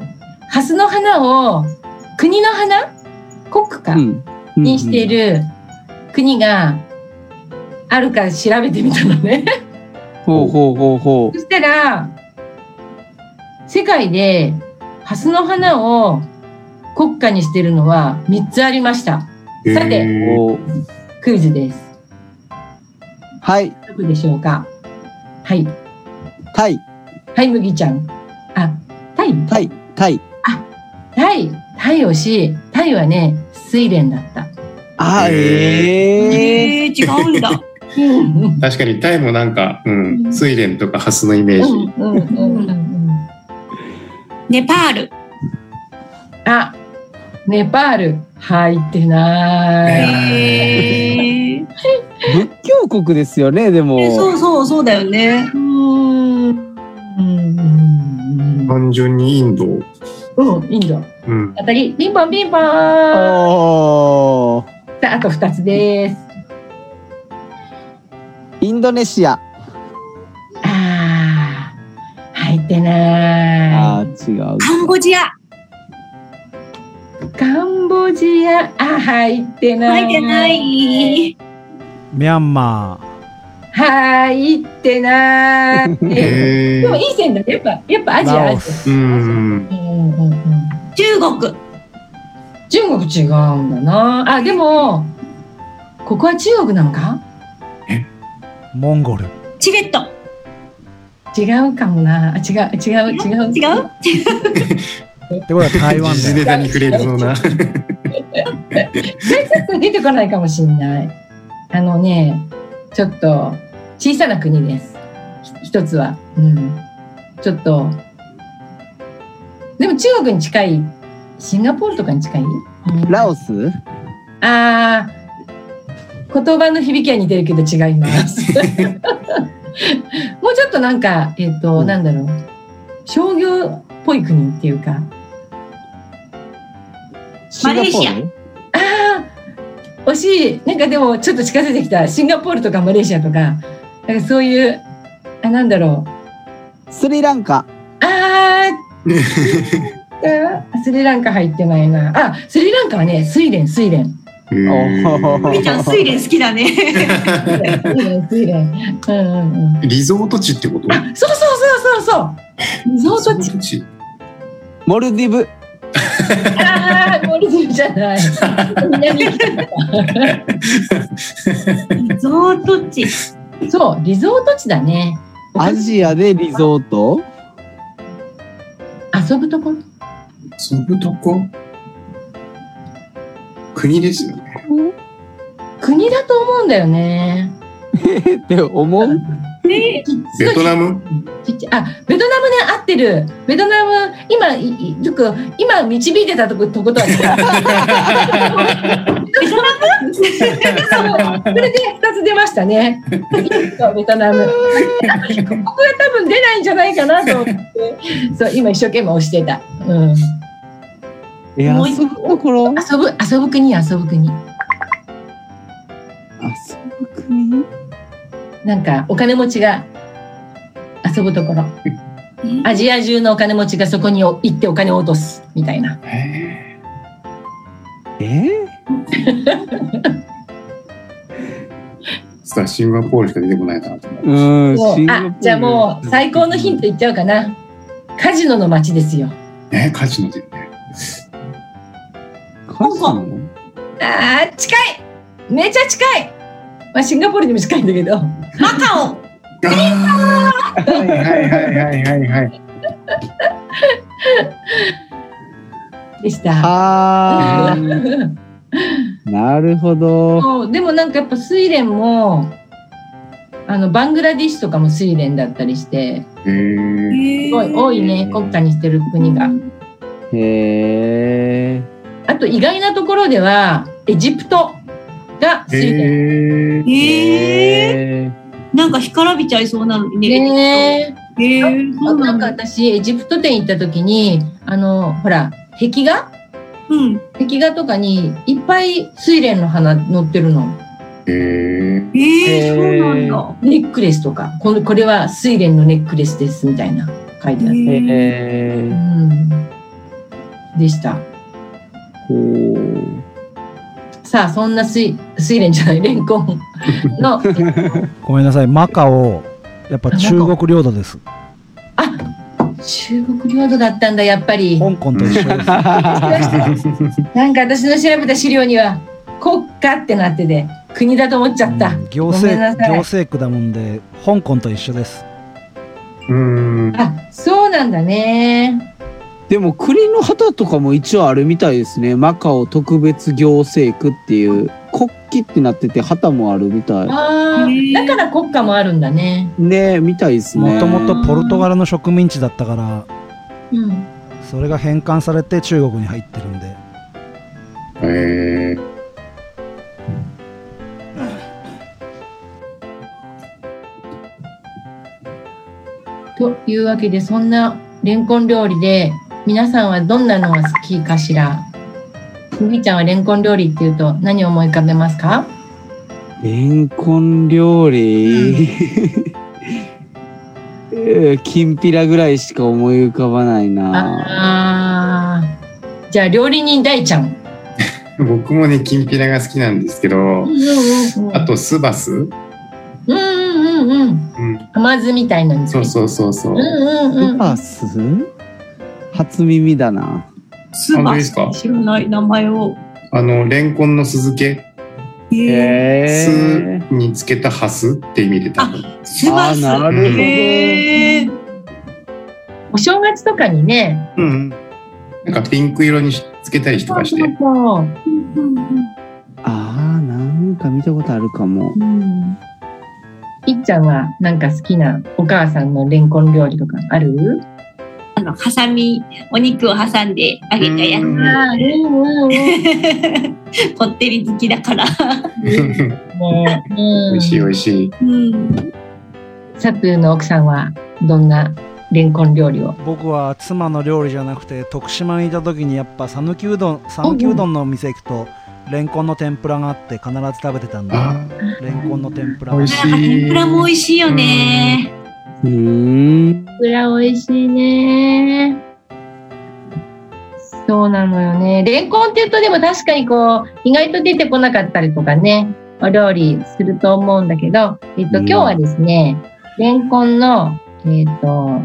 S5: ハスの花を国の花国
S7: う
S5: 家
S7: ん
S5: にしている国があるか調べてみたの ね。
S7: ほうほうほうほ
S5: そしたら世界でハスの花を国家にしてるのは3つありました。さて
S4: へ
S7: う。
S4: ー
S7: お
S5: クイズです。
S7: はい、
S5: どこでしょうか。はい。
S7: タイ、
S5: はい、麦ちゃん。あ、タイ
S7: タイ、タイ。
S5: タイタイをし、タイはね、睡蓮だった。
S7: あー、
S4: へ
S7: ええ
S1: えー、違うんだ。
S5: うんうん
S4: 確かにタイもなんか、うん、
S5: うん
S4: 睡蓮とかハスのイメージ。
S5: うんうんうん。
S1: ネパール。
S5: あ、ネパール入ってない。
S1: えー、
S7: 仏教国ですよね、でも。
S1: そうそうそうだよね。
S5: うん。うん
S4: 単純にインド。う
S5: うん、インド。
S4: ん。
S5: 当たり、ピンポンピンポーン。
S7: おー
S5: さあ、あと二つです。
S7: インドネシア。
S5: あー、入ってな
S7: あー、違う。
S1: カンボジア。
S5: い。カンボジア、あ、入ってない。
S1: 入ってない。
S6: ミャンマ
S5: 入ってないで
S4: へ
S5: も
S4: ー
S5: いい線だねやっぱやっぱアジア
S6: ラ
S5: ア
S6: オ
S5: ジ
S4: うん
S5: ア、うんうんうん、
S1: 中国。
S5: 中国違うんだなあでもここは中国なのか
S6: ーモンゴル
S1: チベット。
S5: 違うかもなあ違う違う違う
S1: 違う
S6: ってことは台湾
S4: 時事
S6: だ
S4: ネ
S6: よ
S4: タに触れるそうな。
S5: ちょっと出てこないかもしれないあのねちょっと小さな国ですひ一つはうんちょっとでも中国に近いシンガポールとかに近い、うん
S7: ラオス
S5: あー言葉の響きは似てるけど違い ます。もうちょっとなんか、えっ、と、
S7: うん
S5: なんだろう。商業っぽい国っていうか。
S7: シンガポール
S5: ああ、惜しい。なんかでもちょっと近づいてきた。シンガポールとかマレーシアとか、なんかそういう、あ、なんだろう。
S7: スリランカ。
S5: あ ー、あスリランカ入ってないな。あ、スリランカはね、睡蓮、睡蓮。
S4: へ
S7: お
S1: みー
S4: ー
S1: ちゃん、睡蓮好きだね。
S5: 睡蓮、睡蓮。うんうんうん。
S4: リゾート地ってこと
S5: あ、そうそうそうそうそう。リゾート地。
S4: 地。
S7: モルディブ。
S5: ああ、ゴールデンじゃない。南行きたか
S1: リゾート地。
S5: らそう、リゾート地だね。
S7: アジアでリゾート
S5: 遊ぶところ。
S4: そぶとこ国ですよね。
S5: 国だと思うんだよね。
S7: って思う
S5: すご
S4: ベ
S5: い
S4: トナム
S5: ちっちゃいあ、ベトナムね、合ってる。ベトナム、今、いいちょっと今導いてたとことことは違う。ベトナム。そう、それで二つ出ましたね。そうベトナム。ここが多分出ないんじゃないかなと思って。そう、今一生懸命押してた。うん。
S7: え、遊ぶところ
S5: 遊ぶ、遊ぶ国、遊ぶ国。
S7: 遊ぶ国
S5: なんかお金持ちが遊ぶところ。アジア中のお金持ちがそこに行ってお金を落とすみたいな。
S7: え
S4: さあ、シンガポールしか出てこないなと思って。
S7: うん、
S5: もう
S7: シンガポール
S5: あじゃあもう最高のヒント言っちゃおうかな。カジノの街ですよ。
S4: え、カジノだよね。
S7: カジノ
S5: あー近いめちゃ近いまあシンガポールにも近いんだけど。
S1: マカオ。
S4: あーはいはいはいはいはいはい。
S5: でした。
S7: あ ー、なるほど。
S5: そうでもなんかやっぱ睡蓮もあのバングラディッシュとかも睡蓮だったりして
S4: へー
S5: す
S1: す
S5: ごい多いね国家にしてる国が。
S7: へえ。
S5: あと意外なところではエジプトが
S4: へ
S5: 睡蓮。
S4: え。
S1: ええ
S7: へ
S1: なんか干からびちゃいそうなのにね。
S5: ねえ
S1: ええそ
S5: あ
S1: うな
S5: なん
S1: ん
S5: か
S1: だ。
S5: 私エジプト店行った時にあのほら壁画
S1: うん。
S5: 壁画とかにいっぱい睡蓮の花乗ってるの
S4: へー
S1: ええ
S7: へー
S1: そうなんだ。
S5: ネックレスとかこれこれは睡蓮のネックレスですみたいな書いてある、
S7: え。へ
S1: ええ
S5: う
S7: え。
S5: ん、でした
S7: ほう。
S5: さあそんな睡睡蓮じゃないレンコンの
S6: ごめんなさい、マカオ、やっぱ中国領土です。
S5: 中国領土だったんだやっぱり
S6: 香港と一緒 です。
S5: なんか私の調べた資料には国家ってなってて国だと思っちゃった、
S6: うん行
S5: ごめんな
S6: 政
S5: さい
S6: 行政区だもんで、香港と一緒です。
S4: うーん。
S5: あそうなんだね
S7: でも国の旗とかも一応あるみたいですね。マカオ特別行政区っていう国旗ってなってて旗もあるみたい。
S5: あ
S1: へー
S5: ーだから国家もあるんだね
S7: ねえ、みたいですね。
S6: もともとポルトガルの植民地だったから、
S5: うん
S6: それが返還されて中国に入ってるんで。
S4: へー
S5: というわけでそんなレンコン料理で皆さんはどんなのが好きかしら麦ちゃんはレンコン料理っていうと何を思い浮かべますか
S7: レンコン料理、 えーきんぴらぐらいしか思い浮かばないな。
S5: あーじゃあ料理人大ちゃん、
S4: 僕もね、きんぴらが好きなんですけど
S5: うん、うんうん、
S4: あとスバス。う
S5: うんうんうん
S4: ん。
S5: 甘酢みたいなの
S4: そう
S5: う
S4: そうそうそう
S5: う。んうんう
S7: ス
S5: ん
S7: パス初耳だな。
S1: ス
S4: 本当
S1: バ
S4: ですか
S1: 知らない名前を。
S4: あの、レンコンの酢漬け。
S1: ええ
S4: 酢
S7: へえ。
S4: につけたハスって意味で多分。
S1: スバス。
S7: あなるほど。
S1: ええ
S5: お正月とかにね
S4: うん。なんかピンク色にしつけたりとかして。
S5: そう
S7: ああ、なんか見たことあるかも。
S5: うんいっちゃんはなんか好きなお母さんのレンコン料理とかある
S1: あの、ハサミ、お肉を挟んで揚げたや
S4: うん
S5: あうんうんうん
S1: つ。 こってり好きだから。
S4: 美
S5: ね、う
S4: 味しい 美味しい。
S1: うん。
S5: サトゥーの奥さんはどんなレンコン料理を
S6: 僕は妻の料理じゃなくて徳島にいた時にやっぱ讃岐うどん讃岐うどんのお店行くとレンコンの天ぷらがあって必ず食べてたんで
S4: あ
S6: レンコンの天ぷら
S4: 美味
S1: や
S4: し
S1: っぱ天ぷらも美味しいよね。
S7: うーん。
S5: 裏美味しいねそうなのよねレンコンって言うとでも確かにこう意外と出てこなかったりとかねお料理すると思うんだけど、えっと、
S7: う
S5: 今
S7: ん
S5: 日はですね、レンコンのえっと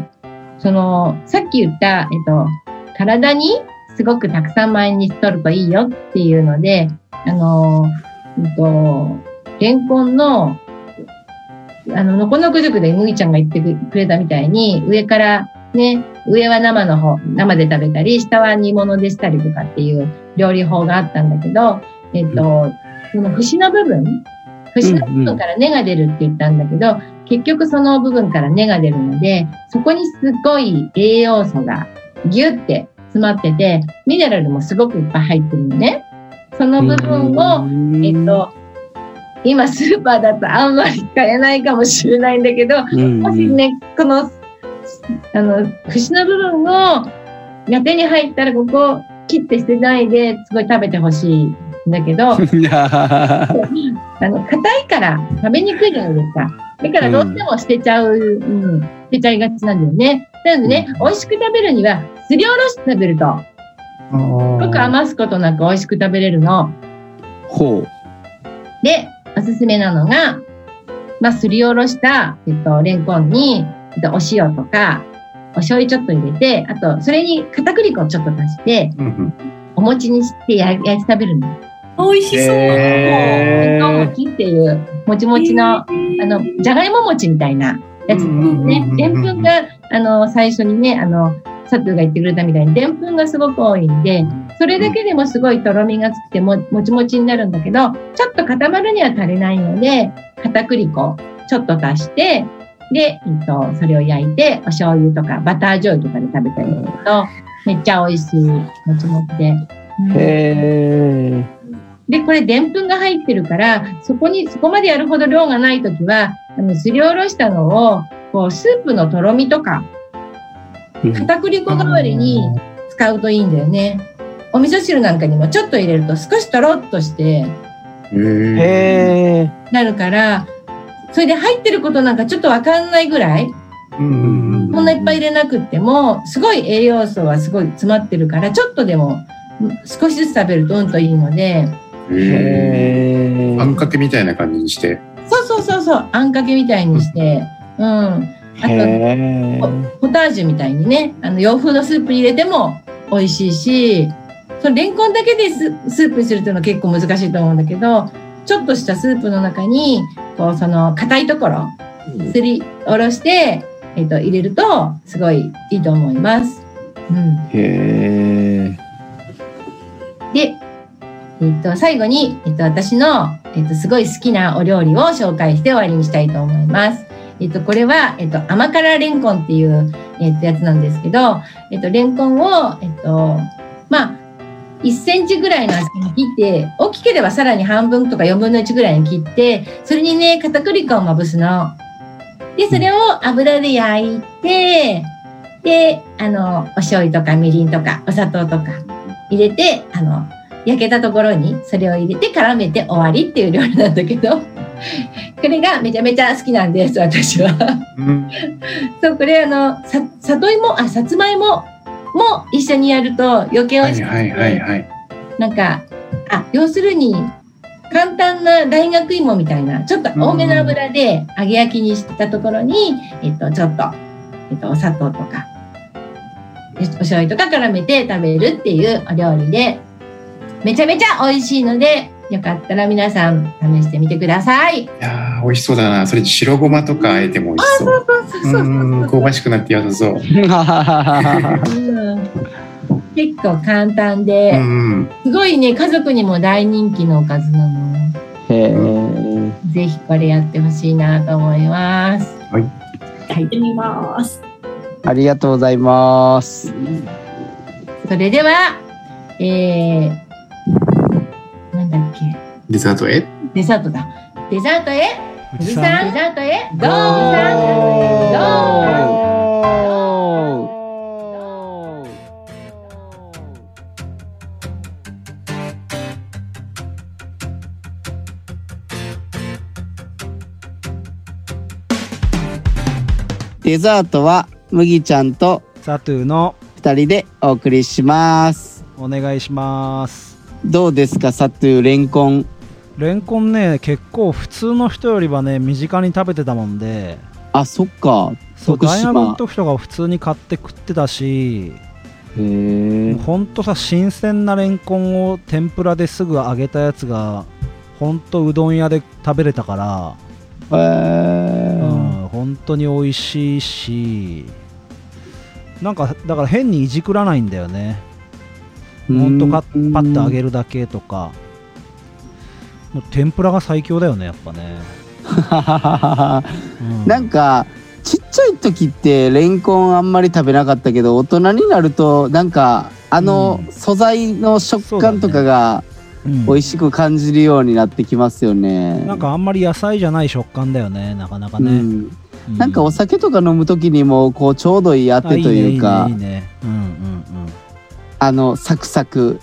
S5: そのさっき言った、えっと、体にすごくたくさん毎日取るといいよっていうので、あの、うんと、レンコンの、あの、のこのこ塾で麦ちゃんが言ってくれたみたいに、上からね、上は生の方、生で食べたり、下は煮物でしたりとかっていう料理法があったんだけど、えっと、その節の部分、節の部分から根が出るって言ったんだけど、結局その部分から根が出るので、そこにすごい栄養素がギュって詰まってて、ミネラルもすごくいっぱい入ってるのね。その部分を、えっと、今スーパーだとあんまり買えないかもしれないんだけど、
S7: うん
S5: もしね、この、あの、節の部分を、が手に入ったらここ切って捨てないで、すごい食べてほしいんだ けど、
S7: いやー
S5: あの、硬いから食べにくいじゃないですか。だからどうしても捨てちゃう、うん、捨てちゃいがちなんだよね。なのでね、美味しく食べるには、すりおろして食べると、すごく余すことなく美味しく食べれるの。
S7: ほう。
S5: で、おすすめなのが、まあ、すりおろした、えっと、レンコンに、えっと、お塩とか、お醤油ちょっと入れて、あと、それに片栗粉をちょっと足して、
S4: うん
S5: お餅にしてや焼いて食べるの。
S1: 美味しそう。
S5: レン
S3: え
S5: コン餅っていう、もちもちの、あの、じゃがいも餅みたいなやつですね。でんぷんが、あの、最初にね、あの、佐藤が言ってくれたみたいに、でんぷんがすごく多いんで、それだけでもすごいとろみがつくても、もちもちになるんだけど、ちょっと固まるには足りないので、片栗粉、ちょっと足して、で、えっと、それを焼いて、お醤油とか、バター醤油とかで食べたりすると、めっちゃ美味しい、もちもちで。うん
S7: へえ。
S5: で、これ、でんぷんが入ってるから、そこに、そこまでやるほど量がないときは、あの、すりおろしたのを、こう、スープのとろみとか、
S7: うん
S5: 片栗粉代わりに使うといいんだよね。お味噌汁なんかにもちょっと入れると少しとろっとして
S4: うんへ
S7: へえ。
S5: なるから、それで入ってることなんかちょっとわかんないぐらい、
S4: ーうんうんうん
S5: こんないっぱい入れなくっても、すごい栄養素はすごい詰まってるから、ちょっとでもうん少しずつ食べるとうんといいので、
S4: へ
S7: へ
S4: ーあ
S7: ー
S4: んかけみたいな感じにして。
S5: そうそうそうそう、あんかけみたいにして、うん。あと、
S7: へー
S5: ポタージュみたいにね、あの洋風のスープに入れても美味しいし、そのレンコンだけでススープにするっていうのは結構難しいと思うんだけど、ちょっとしたスープの中に、こう、その硬いところ、すりおろして、えっと、入れると、すごいいいと思います。うん。
S7: へ
S5: で、えっと、最後に、えっと、私の、えっと、すごい好きなお料理を紹介して終わりにしたいと思います。えっと、これは、えっと、甘辛レンコンっていう、えっと、やつなんですけど、えっと、レンコンを、えっと、まあ、1センチぐらいの厚みに切って、大きければさらに半分とか4分の1ぐらいに切って、それにね、片栗粉をまぶすの。で、それを油で焼いて、で、あの、お醤油とかみりんとかお砂糖とか入れて、あの、焼けたところにそれを入れて絡めて終わりっていう料理なんだけど、 これがめちゃめちゃ好きなんです、私は。
S4: うん
S5: そう、これあの、さ、里芋、あ、さつまいもも一緒にやると余計美
S4: は
S5: 味
S4: い
S5: しくて、
S4: はいはいはい。
S5: なんか、あ、要するに、簡単な大学芋みたいな、ちょっと多めの油で揚げ焼きにしたところに、えっと、ちょっと、えっと、お砂糖とか、えお醤油とか絡めて食べるっていうお料理で、めちゃめちゃ美味しいので、よかったら皆さん試してみてください。
S4: いやー美味しそうだな。それ白ごまとかあえても美味しそう。
S5: そうそう
S4: う
S5: そうそう。
S4: んうん香ばしくなって良さそう。
S7: ー
S5: うん結構簡単で、
S4: うんうん。
S5: すごいね、家族にも大人気のおかずなの。
S7: へー
S5: ぜひこれやってほしいなと思います。
S1: 行ってみます。
S7: ありがとうございます。
S5: それでは、えー、なんだっけ、
S4: デザートへ。
S5: デザートだ。デザートへ、
S6: 富
S5: 富
S6: 士
S5: 士
S6: 山
S5: 山、デザートへ、
S6: ゴー
S5: ゴー
S6: ゴ
S5: ゴー
S7: デザートは麦ちゃんと
S6: サトゥーの
S7: 二人でお送りします。
S6: お願いします
S7: どうですか、サトゥーレンコン。
S6: レンコンね結構普通の人よりはね身近に食べてたもんで
S7: あ、そっか。
S6: そう
S7: 徳島
S6: 大学の時とかは普通に買って食ってたし
S7: へえ。
S6: ほんとさ新鮮なレンコンを天ぷらですぐ揚げたやつがほんとうどん屋で食べれたから
S7: へえ
S6: うん、本当に美味しいしなんかだから変にいじくらないんだよねほんとかパッと揚げるだけとかもう天ぷらが最強だよねやっぱね、 うん
S7: なんかちっちゃい時ってレンコンあんまり食べなかったけど大人になるとなんかあの
S6: うん
S7: 素材の食感とかが
S6: うん
S7: 美味しく感じるようになってきますよね。
S6: なんかあんまり野菜じゃない食感だよねなかなか
S7: う
S6: ね、
S7: ん
S6: う
S7: なんかお酒とか飲む時にもこうちょうどいいあてというか
S6: あいいねいいねいいねうんうんうん
S7: あのサクサク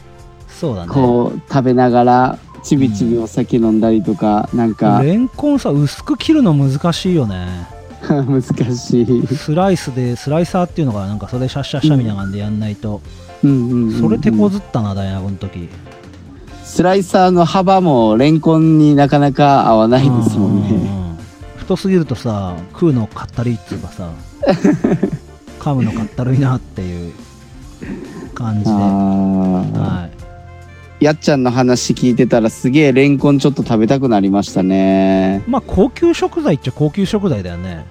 S6: そうだね
S7: こう食べながらちびちびお酒飲んだりとかなんか
S6: レンコンさ薄く切るの難しい よね
S7: 難しい。
S6: スライスでスライサーっていうのがなんかそれシャッシャッシャみたいな感じでやんないと、
S7: うんうんうんうん
S6: それ手こずったな大学の時
S7: スライサーの幅もレンコンになかなか合わないですもん
S6: う
S7: ね。
S6: んうんうん太すぎるとさ食うのかったるいっつうか さ噛むのかったるいなっていう感じで、は
S7: ああ、
S6: い、
S7: やっちゃんの話聞いてたらすげえレンコンちょっと食べたくなりましたね。
S6: まあ高級食材っちゃ高級食材だよね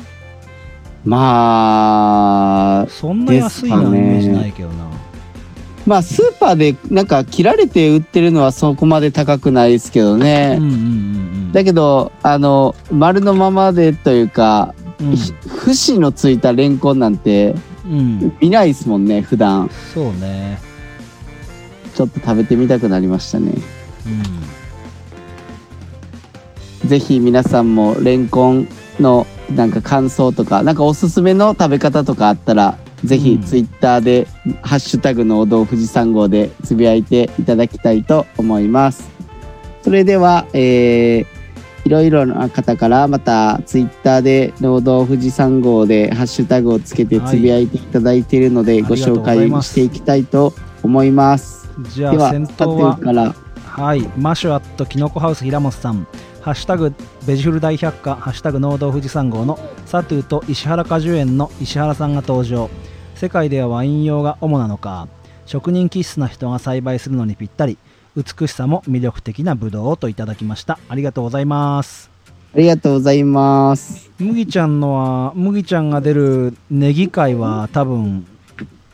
S7: まあ、
S6: そんな安いなイ
S7: ですかね
S6: メージないけどな、
S7: まあスーパーでなんか切られて売ってるのはそこまで高くないですけど
S6: うん
S7: ね
S6: う。んうんうん
S7: だけど、あの、丸のままでというか、
S6: うん
S7: 節のついたレンコンなんて
S6: うん
S7: 見ないですもんね、普段。
S6: そうね
S7: ちょっと食べてみたくなりましたね。
S6: うん
S7: ぜひ皆さんもレンコンのなんか感想とか、なんかおすすめの食べ方とかあったら、ぜ
S6: う
S7: ひ
S6: ん
S7: ツイッターで、ハッシュタグのお堂富士山号でつぶやいていただきたいと思います。それでは、えーいろいろな方からまたツイッターで農道富士山号でハッシュタグをつけてつぶやいていただいているので
S6: い
S7: ご紹
S6: ありがとうござ
S7: 介
S6: います
S7: していきたいと思います。
S6: じゃ
S7: で
S6: あ
S7: は、
S6: 先
S7: 佐
S6: 頭
S7: 藤
S6: は
S7: から。
S6: はい、マシュアットキノコハウス平本さん、ハッシュタグベジフル大百科、ハッシュタグ農道富士山号のサトゥーと石原果樹園の石原さんが登場。世界ではワイン用が主なのか、職人気質な人が栽培するのにぴったり、美しさも魅力的なブドウをといただきました。ありがとうございます。
S7: ありがとうございます。
S6: 麦ちゃんのは、麦ちゃんが出るネギ会は多分、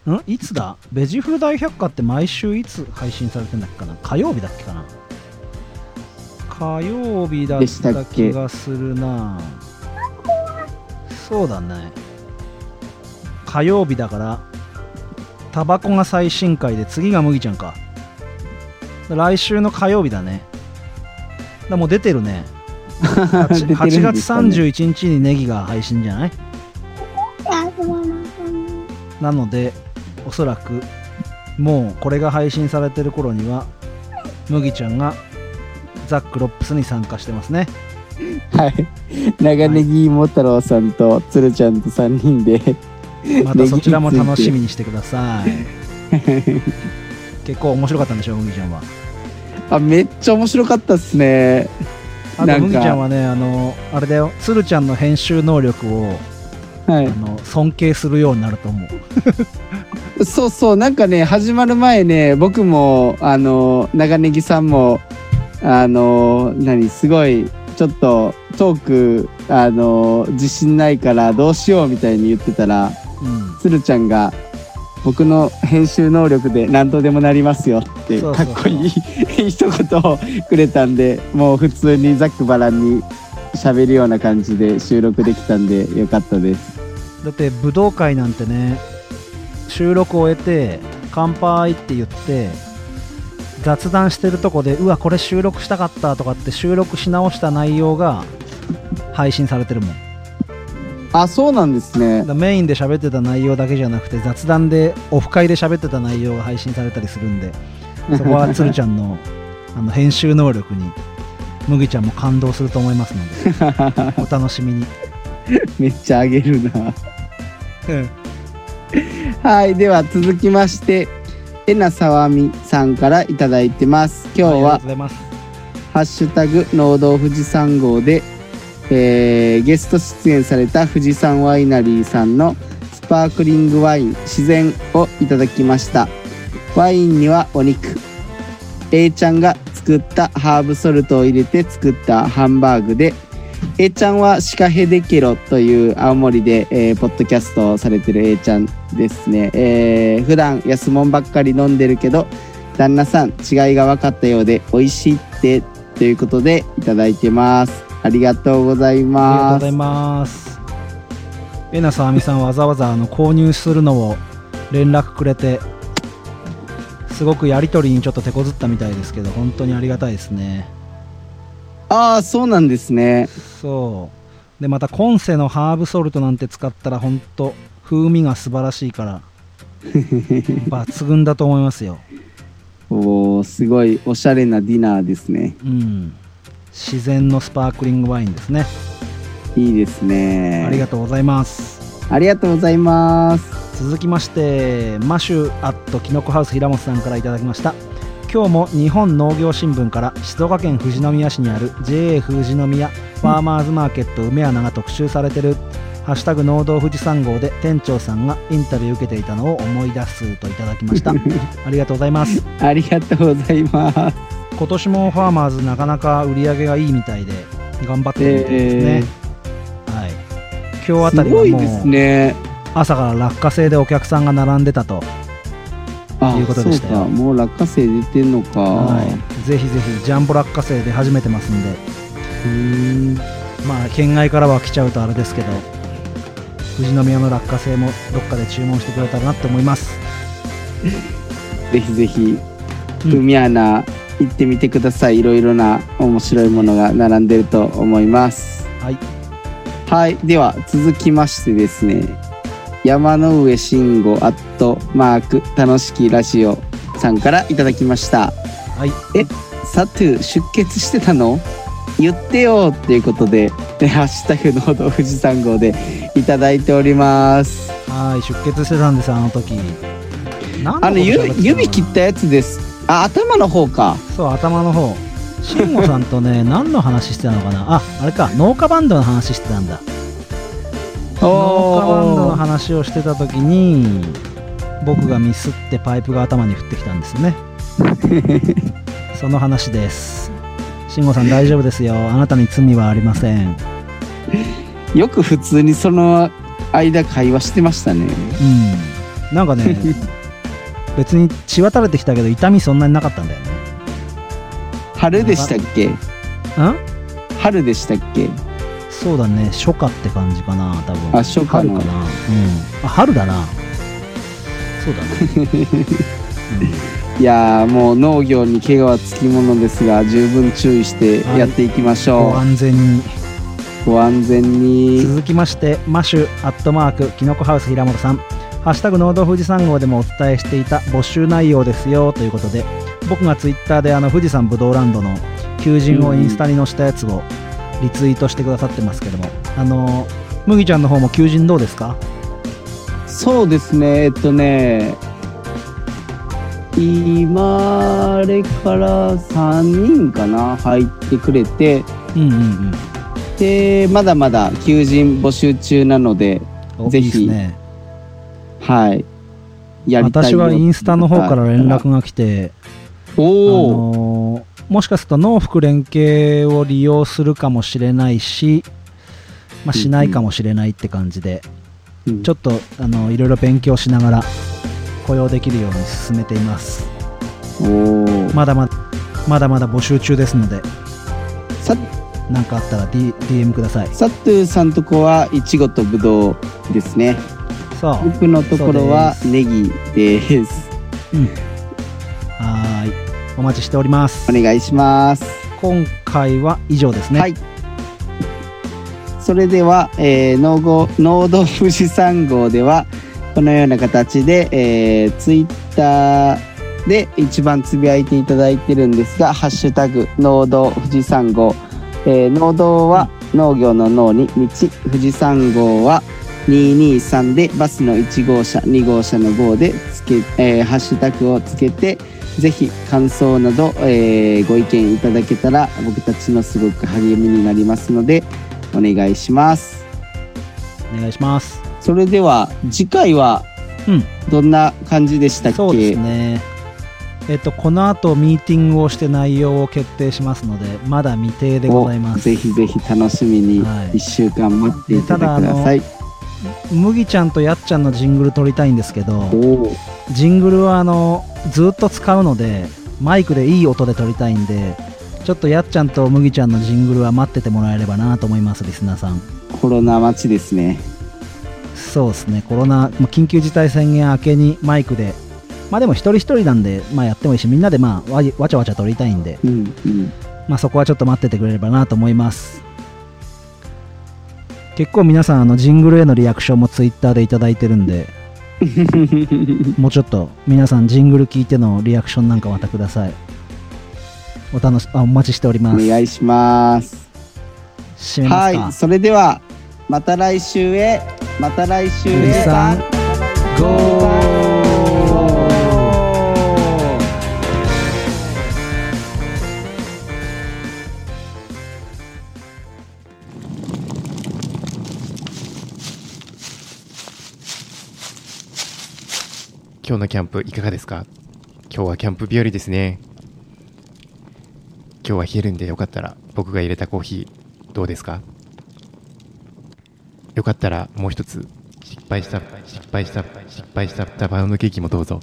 S6: んいつだベジフル大百科って毎週いつ配信されてんだっけかな火曜日だっけかな火曜日だっ
S7: でした
S6: た
S7: っ
S6: 気
S7: け
S6: がするなそうだね火曜日だからタバコが最新回で次が麦ちゃんか来週の火曜日だねだもう出てるね 8,
S7: 出てるんですかね
S6: 月31日にネギが配信じゃないなのでおそらくもうこれが配信されてる頃には麦ちゃんがザック・ロップスに参加してますね
S7: はい、長ネギ芋太郎さんと鶴ちゃんと3人で、
S6: またそちらも楽しみにしてください結構面白かったんでしょ麦ちゃんは
S7: あめっちゃ面白かったっすね
S6: あ
S7: な
S6: と
S7: んか
S6: 麦ちゃんはねあのあれだよ鶴ちゃんの編集能力を
S7: は
S6: あの尊敬するようになると思う
S7: いそうそうなんかね始まる前ね僕もあの長ネギさんもあの何すごいちょっとトークあの自信ないからどうしようみたいに言ってたら
S6: うん
S7: 鶴ちゃんが僕の編集能力で何とでもなりますよって
S6: そう
S7: か
S6: そう
S7: っこいい一言をくれたんでもう普通にざっくばらんに喋るような感じで収録できたんでよかったです
S6: だって武道会なんてね収録を終えて乾杯って言って雑談してるとこでうわこれ収録したかったとかって収録し直した内容が配信されてるもんだ
S7: あそうなんですね
S6: からメインで喋ってた内容だけじゃなくて雑談でオフ会で喋ってた内容が配信されたりする んでそこは鶴ちゃんのあの編集能力に麦ちゃんも感動すると思います のでお楽しみに
S7: めっちゃあげるなはいでは続きましてえなさわみさんからいただいてます今日
S6: ありがと
S7: は
S6: うございます
S7: ハッシュタグ農道富士山号で、えーゲスト出演された富士山ワイナリーさんのススパークリングワイン自然をいただきましたワインにはお肉 A ちゃんが作ったハーブソルトを入れて作ったハンバーグで A ちゃんはシカヘデケロという青森で、えーポッドキャストをされてる A ちゃんですね、えー普段安物ばっかり飲んでるけど旦那さん違いが分かったようで美味しいってということでいただいてますありがとうござい
S6: ありがとう
S7: ま
S6: ござい
S7: す
S6: ます。えなさあみさんわざわざあの購入するのを連絡くれて、すごくやり取りにちょっと手こずったみたいですけど、本当にありがたいですね。
S7: ああそうなんですね
S6: そう。で、また今世のハーブソルトなんて使ったら本当風味が素晴らしいから、抜群だと思いますよ。
S7: おーすごいおしゃれなディナーですね
S6: うん。自然のスパークリングワインですね。
S7: いいですね
S6: ありがとうございます。
S7: ありがとうございます
S6: 続きましてマシュアットキノコハウス平本さんからいただきました今日も日本農業新聞から静岡県富士宮市にある JA 富士宮ファーマーズマーケット梅穴が特集されてる「ハッシュタグ農道富士山号」で店長さんがインタビュー受けていたのを思い出すといただきまし たありがとうございます
S7: ありがとうございます
S6: 今年もファーマーズなかなか売り上げがいいみたいで頑張ってるみたいですね、はい今日あた
S7: す
S6: りは
S7: ごい
S6: も
S7: です
S6: う
S7: ね
S6: 朝から落花生でお客さんが並んでたと
S7: あ
S6: ということでしたよ
S7: そうかもう落花生出てんのか、
S6: はい、ぜひぜひジャンボ落花生で始めてますんで、
S7: うーん
S6: まあ、県外からは来ちゃうとあれですけど富士宮の落花生もどっかで注文してくれたらなって思います
S7: ぜひぜひ海穴行ってみてくださいいろいろな面白いものが並んでると思います
S6: はい
S7: はいでは続きましてですね山の上慎吾アットマーク楽しきラジオさんからいただきました
S6: はい
S7: サトゥ出血してたの言ってよっていうことで「ハッシュタグ農道富士山号」でいただいております
S6: はい出血してたんですあの時何
S7: あの
S6: こと喋っ
S7: 指
S6: てたかな
S7: 指切ったやつですあ頭の方か
S6: そう頭の方慎吾さんとね何の話してたのかなああれか農家バンドの話してたんだ農家バンドの
S7: おー
S6: 話をしてた時に僕がミスってパイプが頭に降ってきたんですよ ねその話です慎吾さん大丈夫ですよあなたに罪はありませんうん
S7: よく普通にその間会話してましたね
S6: なん かね別に血は垂れてきたけど痛みそんなになかったんだよね
S7: 春でしたっけ
S6: うん
S7: 春でしたっけ
S6: そうだね初夏って感じかな多分
S7: あ初夏
S6: 春
S7: の
S6: かなうんあ春だなそうだね、うん
S7: いやーもう農業に怪我はつきものですが十分注意してやっていきましょう、
S6: ご安全に
S7: ご安全に
S6: 続きましてマシュアットマークキノコハウス平本さん「ハッシュタグ農道富士山号」でもお伝えしていた募集内容ですよということで僕がツイッターであの富士山ぶどうランドの求人をインスタに載せたやつをリツイートしてくださってますけどもあの麦ちゃんの方も求人どうですか
S7: そうですねえっとね今あれから3人かな入ってくれて
S6: うんうん
S7: でまだまだ求人募集中なので
S6: うんお
S7: ぜ
S6: い
S7: ひ
S6: いですね
S7: はいやりたい
S6: 私
S7: よ
S6: はインスタの方から連絡が来てあ
S7: おお、
S6: のもしかすると農福連携を利用するかもしれないし、まあ、しないかもしれないって感じで、
S7: うん
S6: ちょっとあのいろいろ勉強しながら雇用できるように進めています
S7: おお、
S6: まだまだまだまだ募集中ですので
S7: さ
S6: 何かあったら、D、DM ください
S7: サットゥさんとこはいちごとぶどうですね
S6: そう
S7: 僕のところは
S6: そうで
S7: ネギです
S6: はーいお待ちしております
S7: お願いします
S6: 今回は以上ですね
S7: はいそれでは、えー、農道農道富士山号ではこのような形で、えー、ツイッターで一番つぶやいていただいてるんですが「ハッシュタグ農道富士山号」えー農道は農業の農に道富士山号は223でバスの1号車2号車の号でつけ、えーハッシュタグをつけてぜひ感想など、えーご意見いただけたら僕たちのすごく励みになりますのでお願いします。
S6: お願いします
S7: それでは次回は
S6: うん
S7: どんな感じでしたっけ、
S6: そうですね。えっと、この後ミーティングをして内容を決定しますので、まだ未定でございます。
S7: ぜひぜひ楽しみに
S6: はい
S7: 1週間待っていただきください。
S6: 麦ちゃんとやっちゃんのジングル撮りたいんですけ
S7: お
S6: ど、
S7: おー、
S6: ジングルはあの、ずっと使うので、マイクでいい音で撮りたいんで、ちょっとやっちゃんと麦ちゃんのジングルは待っててもらえればなと思います、リスナーさん。
S7: コロナ待ちですね。
S6: そうですね、コロナ、まあ緊急事態宣言明けにマイクで、まあでも一人一人なんで、まあやってもいいし、みんなでまあわいわちゃわちゃ撮りたいんで、
S7: うんうん。
S6: まあ、そこはちょっと待っててくれればなと思います結構皆さんあのジングルへのリアクションもツイッターでいただいてるん でもうちょっと皆さんジングル聞いてのリアクションなんかまたくださいお楽しあお待ちしており
S7: お
S6: ます
S7: 願いします。
S6: 締めますか、
S7: はい、それではまた来週へ、また来週
S6: 富士
S7: へ。
S6: 山ゴー
S4: 今日のキャンプいかがですか今日はキャンプ日和ですね今日は冷えるんでよかったら僕が入れたコーヒーどうですかよかったらもう一つ失敗した失敗した失敗したダバウンドケーキもどうぞ